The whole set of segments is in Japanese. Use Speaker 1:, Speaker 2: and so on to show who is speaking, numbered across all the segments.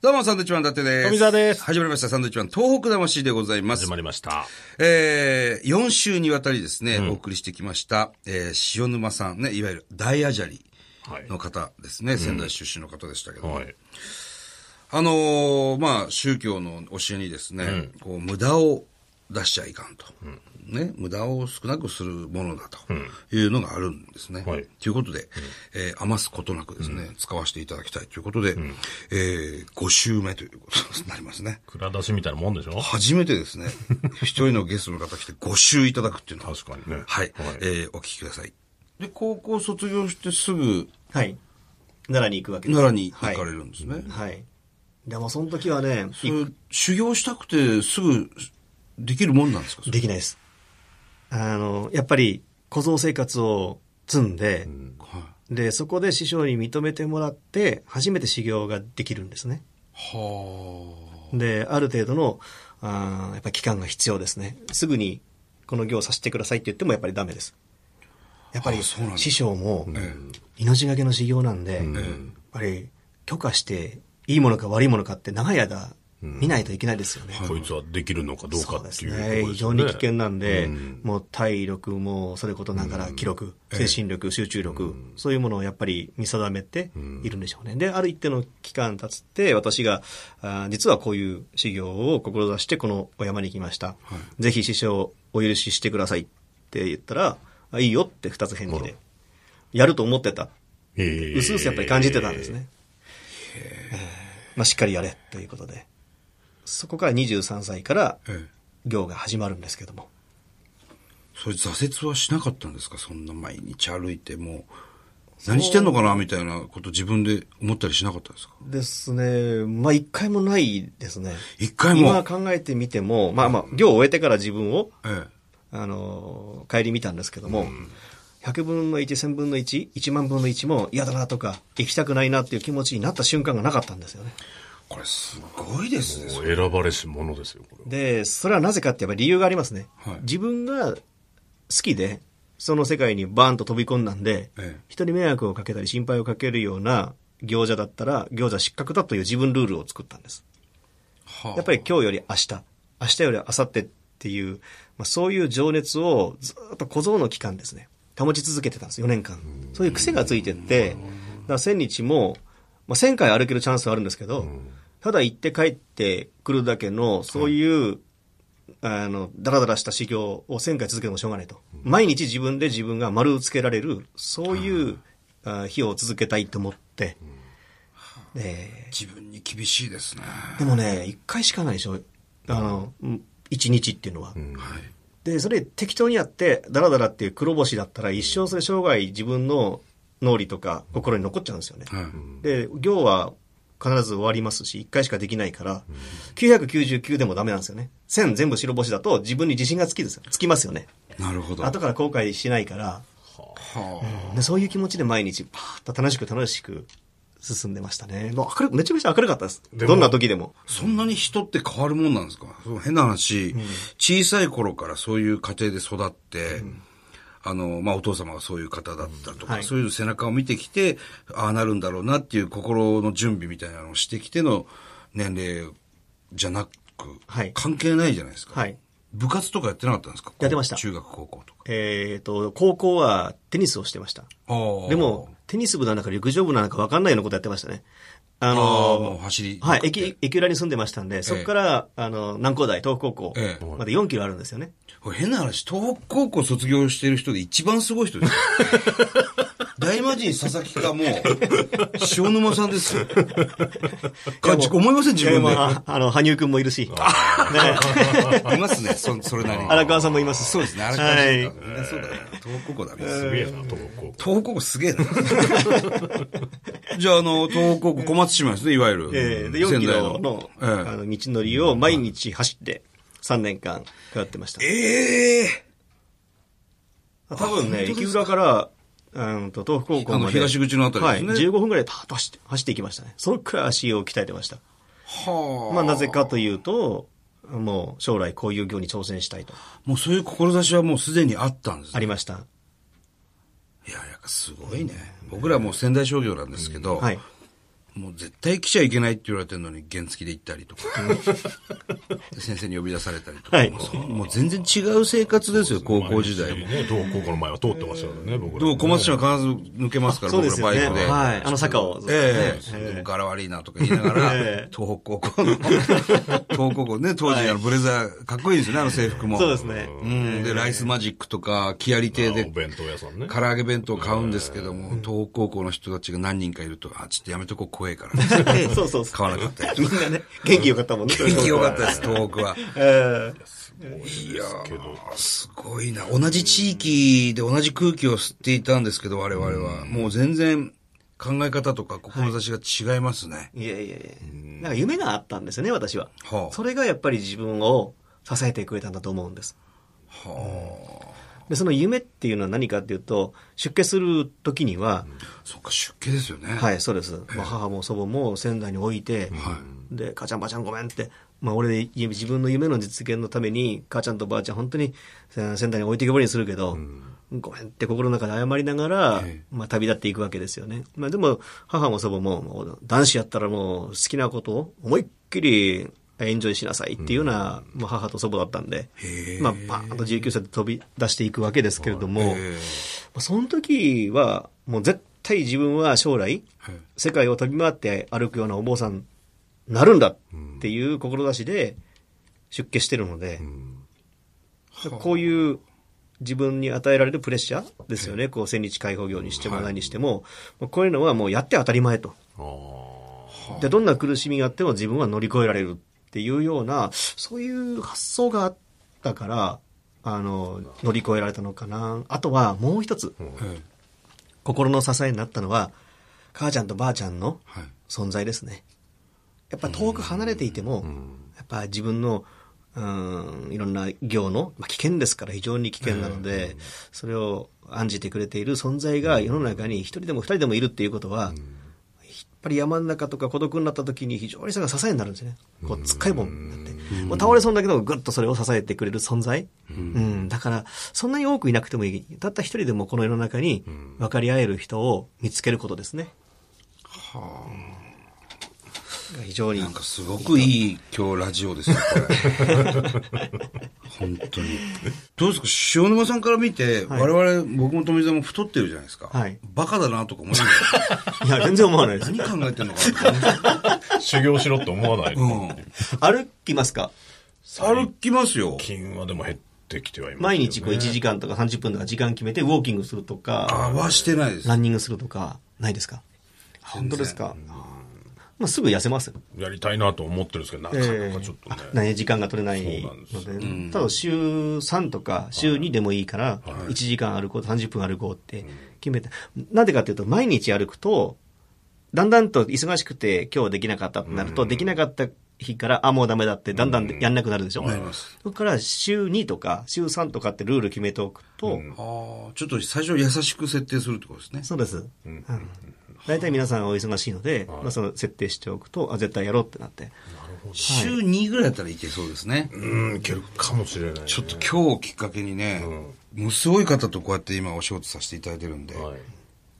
Speaker 1: どうも、サンドウィッチマン伊達です。
Speaker 2: 富澤です
Speaker 1: 始まりました、サンドウィッチマン東北魂でございます
Speaker 2: 始。まりました。
Speaker 1: えー、4週にわたりですね、お送りしてきました、えー、塩沼さんね、いわゆる大アジャリ
Speaker 2: はい。
Speaker 1: の方ですね、仙台出身の方でしたけど、
Speaker 2: はい。
Speaker 1: あのーまあ、宗教の教えにですね、こう、無駄を出しちゃいかんと。ね、無駄を少なくするものだというのがあるんですね。
Speaker 2: はい
Speaker 1: ということで、えー余すことなくですね、使わせていただきたいということで、え5週目ということになりますね。
Speaker 2: 蔵出しみたいなもんでしょ
Speaker 1: 初めてですね、 一人のゲストの方来て5週いただくっていうのは、
Speaker 2: 確かにね。
Speaker 1: はい、えーお聞きください。で、高校卒業してすぐ
Speaker 3: はい。奈良に行くわけです。
Speaker 1: 奈良に行かれるんですね。
Speaker 3: はい。はい。でもその時はね、
Speaker 1: それ修行したくてすぐできるもんなんですかそれ
Speaker 3: できないです。あの、やっぱり小僧生活を積んで、
Speaker 1: はい
Speaker 3: で、そこで師匠に認めてもらって、初めて修行ができるんですね。
Speaker 1: は
Speaker 3: で、ある程度の、あーやっぱり期間が必要ですね。すぐにこの行をさせてくださいって言ってもやっぱりダメです。やっぱり
Speaker 1: あそうなんだ
Speaker 3: 師匠も
Speaker 1: え
Speaker 3: 命がけの修行なんで、やっぱり許可していいものか悪いものかって長い間見ないといけないですよね。
Speaker 2: こいつはできるのかどうか
Speaker 3: そうで
Speaker 2: っ
Speaker 3: す
Speaker 2: ていうところです
Speaker 3: ね。
Speaker 2: よね。
Speaker 3: 非常に危険なんで、
Speaker 2: うん
Speaker 3: もう体力も、それことながら記録、
Speaker 1: ええ
Speaker 3: 精神力、集中力、そういうものをやっぱり見定めているんでしょうね。で、ある一定の期間経つって、私が、あー実はこういう修行を志して、このお山に行きました。ぜひ師匠、お許ししてくださいって言ったら、あいいよって二つ返事で。やると思ってた。
Speaker 2: えー
Speaker 3: うすうすやっぱり感じてたんです。ね。えーまあ、しっかりやれということで。そこから23歳から
Speaker 1: ええ
Speaker 3: 行が始まるんですけども。
Speaker 1: それ挫折はしなかったんですかそんな毎日歩いてもう何してんのかなみたいなこと自分で思ったりしなかったですか
Speaker 3: ですね。まあ、一回もないですね。
Speaker 1: 一回も
Speaker 3: 今考えてみても、まあまあ、行を終えてから自分を、
Speaker 1: え
Speaker 3: あのー、帰り見たんですけども、100分の1、1000分の1、1万分の1も嫌だなとか、行きたくないなっていう気持ちになった瞬間がなかったんですよね。
Speaker 1: えこれすごいですね
Speaker 2: もう選ばれし者ですよ、これは。
Speaker 3: で、それはなぜかってやっぱり理由がありますね。
Speaker 1: はい
Speaker 3: 自分が好きで、その世界にバーンと飛び込んだんで、
Speaker 1: ええ
Speaker 3: 人に迷惑をかけたり心配をかけるような行者だったら、行者失格だという自分ルールを作ったんです。
Speaker 1: はあ
Speaker 3: やっぱり今日より明日、明日より明後日っていう、まあ、そういう情熱をずっと小僧の期間ですね、保ち続けてたんです、4年間。そういう癖がついてって、だから1000日も、まあ、1000回歩けるチャンスはあるんですけど、ただ行って帰ってくるだけの、そういう、あの、だらだらした修行を1000回続けてもしょうがないと。毎日自分で自分が丸をつけられる、そういう、あ日を続けたいと思って、で
Speaker 1: 自分に厳しいですね
Speaker 3: でもね、一回しかないでしょ。あの、うん一日っていうのは。
Speaker 1: はい
Speaker 3: で、それ適当にやって、ダラダラっていう黒星だったら、一生それ生涯自分の脳裏とか心に残っちゃうんですよね。
Speaker 1: はい
Speaker 3: で、行は必ず終わりますし、一回しかできないから、999でもダメなんですよね。1000全部白星だと自分に自信がつきですつきますよね。
Speaker 1: なるほど
Speaker 3: 後から後悔しないから、
Speaker 1: は
Speaker 3: でそういう気持ちで毎日、パーッと楽しく楽しく進んでましたね。もう明るく、めちゃめちゃ明るかったです。
Speaker 2: でも
Speaker 3: どんな時でも。
Speaker 1: あそんなに人って変わるもんなんですかその変な話、小さい頃からそういう家庭で育って、あの、まあ、お父様がそういう方だったとか、
Speaker 3: はい
Speaker 1: そういう背中を見てきて、ああなるんだろうなっていう心の準備みたいなのをしてきての年齢じゃなく、
Speaker 3: はい
Speaker 1: 関係ないじゃないですか。
Speaker 3: はい。
Speaker 1: 部活とかやってなかったんですか
Speaker 3: やってました
Speaker 1: 中学、高校とか。
Speaker 3: えっ、と、高校はテニスをしてました。
Speaker 1: ああ
Speaker 3: でも、、テニス部なのか陸上部なのか分かんないようなことやってましたね。あ
Speaker 1: ああ、もう
Speaker 3: の
Speaker 1: 走り。
Speaker 3: はい、駅、駅裏に住んでましたんで、そこから、あの、南高台、東北高校
Speaker 1: ええ
Speaker 3: まで4キロあるんですよね。
Speaker 1: これ変な話、東北高校卒業してる人で一番すごい人 ですよ。大魔神佐々木かもう、塩沼さんですよ。か
Speaker 3: いやもう
Speaker 1: 思いません自分
Speaker 3: い
Speaker 1: で
Speaker 3: や。まああの、羽生くんもいるし、ね
Speaker 1: いますね、そそれなりに。
Speaker 3: 荒川さんもいます。
Speaker 1: そうですね、荒川さん、ね。そうだね。東北高校だね。
Speaker 2: すげえな、東高校。
Speaker 1: 東北高校すげえな。じゃあ、あの、東北高校小松島ですね、いわゆる。
Speaker 3: ええで、4キロの、
Speaker 1: 仙台
Speaker 3: あ
Speaker 1: の
Speaker 3: の、道のりを毎日走って、3年間通ってました。
Speaker 1: えええ
Speaker 3: 多分ね、
Speaker 1: あ本当で
Speaker 3: 駅
Speaker 1: すか
Speaker 3: 裏から、うんと、東北高校ま
Speaker 1: あの
Speaker 3: で。
Speaker 1: 東口のあたりですね
Speaker 3: はい。15分ぐらいパーッと走って、走っていきましたね。そのくらい足を鍛えてました。
Speaker 1: はあ。
Speaker 3: まあ、なぜかというと、もう将来こういう業に挑戦したいと、
Speaker 1: もうそういう志はもうすでにあったんですね
Speaker 3: ありました。
Speaker 1: いや、やっぱすごいね。僕らもう仙台商業なんですけど、
Speaker 3: はい。
Speaker 1: もう絶対来ちゃいけないって言われてるのに原付で行ったり とか、で先生に呼び出されたりとか、
Speaker 3: はい
Speaker 1: もうそもう全然違う生活ですよ、高校時代も。
Speaker 2: ね、同高校の前は通ってましたからね、僕ら。
Speaker 1: でも小松市は必ず抜けますから、
Speaker 3: そう
Speaker 1: 僕ら
Speaker 3: ですよ
Speaker 1: バイ
Speaker 3: ね。
Speaker 1: クで。
Speaker 3: はい。あの坂
Speaker 1: え
Speaker 3: を。そう
Speaker 1: え
Speaker 3: ですね
Speaker 1: でも柄悪いなとか言いながら、
Speaker 3: ええ
Speaker 1: 東北高校 の、東北高校ね、当時あのブレザー、かっこいいですよね、あの制服も。
Speaker 3: そうですね。
Speaker 1: うん。で、ライスマジックとか、木やり亭
Speaker 2: お
Speaker 1: で、
Speaker 2: 弁当屋さんね。
Speaker 1: 唐揚げ弁当買うんですけども、東北高校の人たちが何人かいると、あ、ちょっとやめとこう、怖えから
Speaker 3: そうそうそう。
Speaker 1: 買わなかったりとか
Speaker 3: みんなね、元気よかったもんね。
Speaker 1: 天気良かったです、東北は。
Speaker 3: え
Speaker 1: いやー、すごいな。同じ地域で同じ空気を吸っていたんですけど、我々は。もう全然考え方とか志が違いますね。
Speaker 3: えいやいやいや。なんか夢があったんですよね、私は
Speaker 1: は。あ
Speaker 3: それがやっぱり自分を支えてくれたんだと思うんです。
Speaker 1: はあ。
Speaker 3: で、その夢っていうのは何かっていうと、出家する時には、
Speaker 1: そっか、出家ですよね。
Speaker 3: はい、そうです。まあ、母も祖母も仙台に置いて、で、母ちゃんばあちゃんごめんって、まあ、俺でゆ自分の夢の実現のために、母ちゃんとばあちゃん本当にせ仙台に置いてけぼりにするけど、ごめんって心の中で謝りながら、まあ、旅立っていくわけですよね。まあ、でも、母も祖母も、もう男子やったらもう好きなことを思いっきりエンジョイしなさいっていうような、まあ、母と祖母だったんで、まあ、バーンと19歳で飛び出していくわけですけれども、まあその時は、もう絶対自分は将来、世界を飛び回って歩くようなお坊さんになるんだっていう志で出家してるので、こういう自分に与えられるプレッシャーですよね。こう、千日開放業にしても何にしても、まあこういうのはもうやって当たり前と。
Speaker 2: あー
Speaker 3: で、どんな苦しみがあっても自分は乗り越えられるっていうような、そういう発想があったから、あの、乗り越えられたのかな。あとはもう一つ、
Speaker 1: はい
Speaker 3: 心の支えになったのは、母ちゃんとばあちゃんの
Speaker 1: はい
Speaker 3: 存在ですね。やっぱ遠く離れていても、やっぱ自分の、うん、いろんな行の、まあ、危険ですから非常に危険なので、それを案じてくれている存在が世の中に一人でも二人でもいるっていうことは、やっぱり山の中とか孤独になった時に非常にそれが支えになるんですよね。こう、つっかいもんになって。もう倒れそうだけど、ぐっとそれを支えてくれる存在。うん。だから、そんなに多くいなくてもいい。たった一人でもこの世の中に分かり合える人を見つけることですね。が非常に。
Speaker 1: なんかすごくいい今日ラジオですよ、これ。 本当に。どうですか塩沼さんから見て、我々、僕も富澤も太ってるじゃないですか。
Speaker 3: はい
Speaker 1: バカだなとか 思いながら
Speaker 3: いや、全然思わないです。
Speaker 1: 何考えてんのかなとか思いな がら
Speaker 2: 修行しろって思わない。
Speaker 3: 歩きますか
Speaker 1: 歩きますよ。
Speaker 2: 金はでも減ってきてはいますよね
Speaker 3: 毎日こう1時間とか30分とか時間決めてウォーキングすると
Speaker 1: 合
Speaker 3: か、
Speaker 1: わしてないです。
Speaker 3: ランニングするとか、ないですか本当ですかまあ、すぐ痩せますよ。
Speaker 2: やりたいなと思ってるんですけど、なかなかちょっとね。
Speaker 3: ね、時間が取れない
Speaker 2: そうなんで
Speaker 3: ので、ただ週3とか週2でもいいから、1時間歩こう、30分歩こうって決めて、なんでかっていうと、毎日歩くと、だんだんと忙しくて今日できなかったってなると、できなかった日から、あ、もうダメだって、だんだんやんなくなるでしょ、そこから週2とか週3とかってルール決めておくと、
Speaker 1: ああ、ちょっと最初優しく設定するってことですね。
Speaker 3: そうです。うん大体皆さんお忙しいので、まあその設定しておくと、あ、絶対やろうってなって。
Speaker 1: 週2ぐらいだったらいけそうですね。
Speaker 2: うん、いけるかもしれないね、
Speaker 1: ちょっと今日をきっかけにね、もうすごい方とこうやって今お仕事させていただいてるんで、
Speaker 2: はい。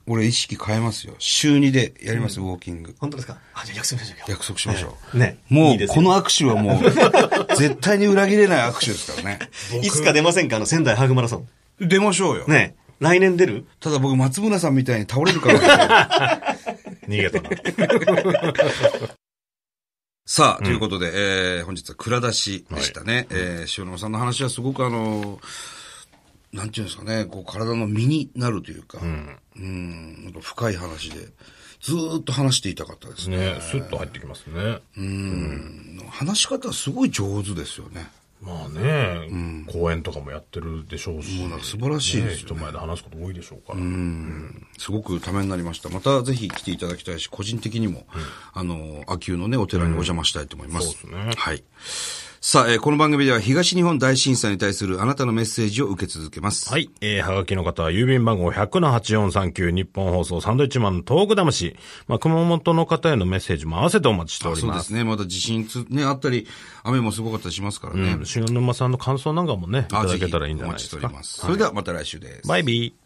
Speaker 1: 俺意識変えますよ。週2でやります、ウォーキング。
Speaker 3: 本当ですかあ、じゃあ約束しましょう。
Speaker 1: 約束しましょう。
Speaker 3: ね
Speaker 1: も、
Speaker 3: いいうです
Speaker 1: こ
Speaker 3: よ
Speaker 1: の握手はもう、 絶対に裏切れない握手ですからね。
Speaker 3: いつか出ませんかあの、仙台ハーグマラソン。
Speaker 1: 出ましょうよ。
Speaker 3: ねえ来年出る
Speaker 1: ただ僕、松村さんみたいに倒れる から。
Speaker 2: 逃げ たな。
Speaker 1: さあ、ということで、えー本日は蔵出しでしたね。えー塩沼さんの話はすごくあのなんていうんですかね、こう体の身になるというか、うん、なんか深い話で、ずーっと話していたかったですね。
Speaker 2: ね、スッと入ってきますね。
Speaker 1: 話し方すごい上手ですよね。
Speaker 2: まあね、公演とかもやってるでしょうし。
Speaker 1: なんか素晴らしいですよ
Speaker 2: 人前で話すこと多いでしょうから。
Speaker 1: すごくためになりました。またぜひ来ていただきたいし、個人的にも、あの、秋保のね、お寺にお邪魔したいと思います。
Speaker 2: うんそうですね
Speaker 1: はい。さあ、えーこの番組では東日本大震災に対するあなたのメッセージを受け続けます。
Speaker 2: はい。えー、はがきの方は、郵便番号100-8439、日本放送サンドイッチマンの東北魂。まあ、熊本の方へのメッセージも合わせてお待ちしており
Speaker 1: そう
Speaker 2: ま。
Speaker 1: ですすね。また地震つ、ね、あったり、雨もすごかったりしますからね。
Speaker 2: うん、塩沼さんの感想なんかもね、い
Speaker 1: あ
Speaker 2: ただけたらいいんじゃない
Speaker 1: ぜひ
Speaker 2: です
Speaker 1: お待ちしてお
Speaker 2: か
Speaker 1: り。ます。それではまた来週です。
Speaker 2: バイビー。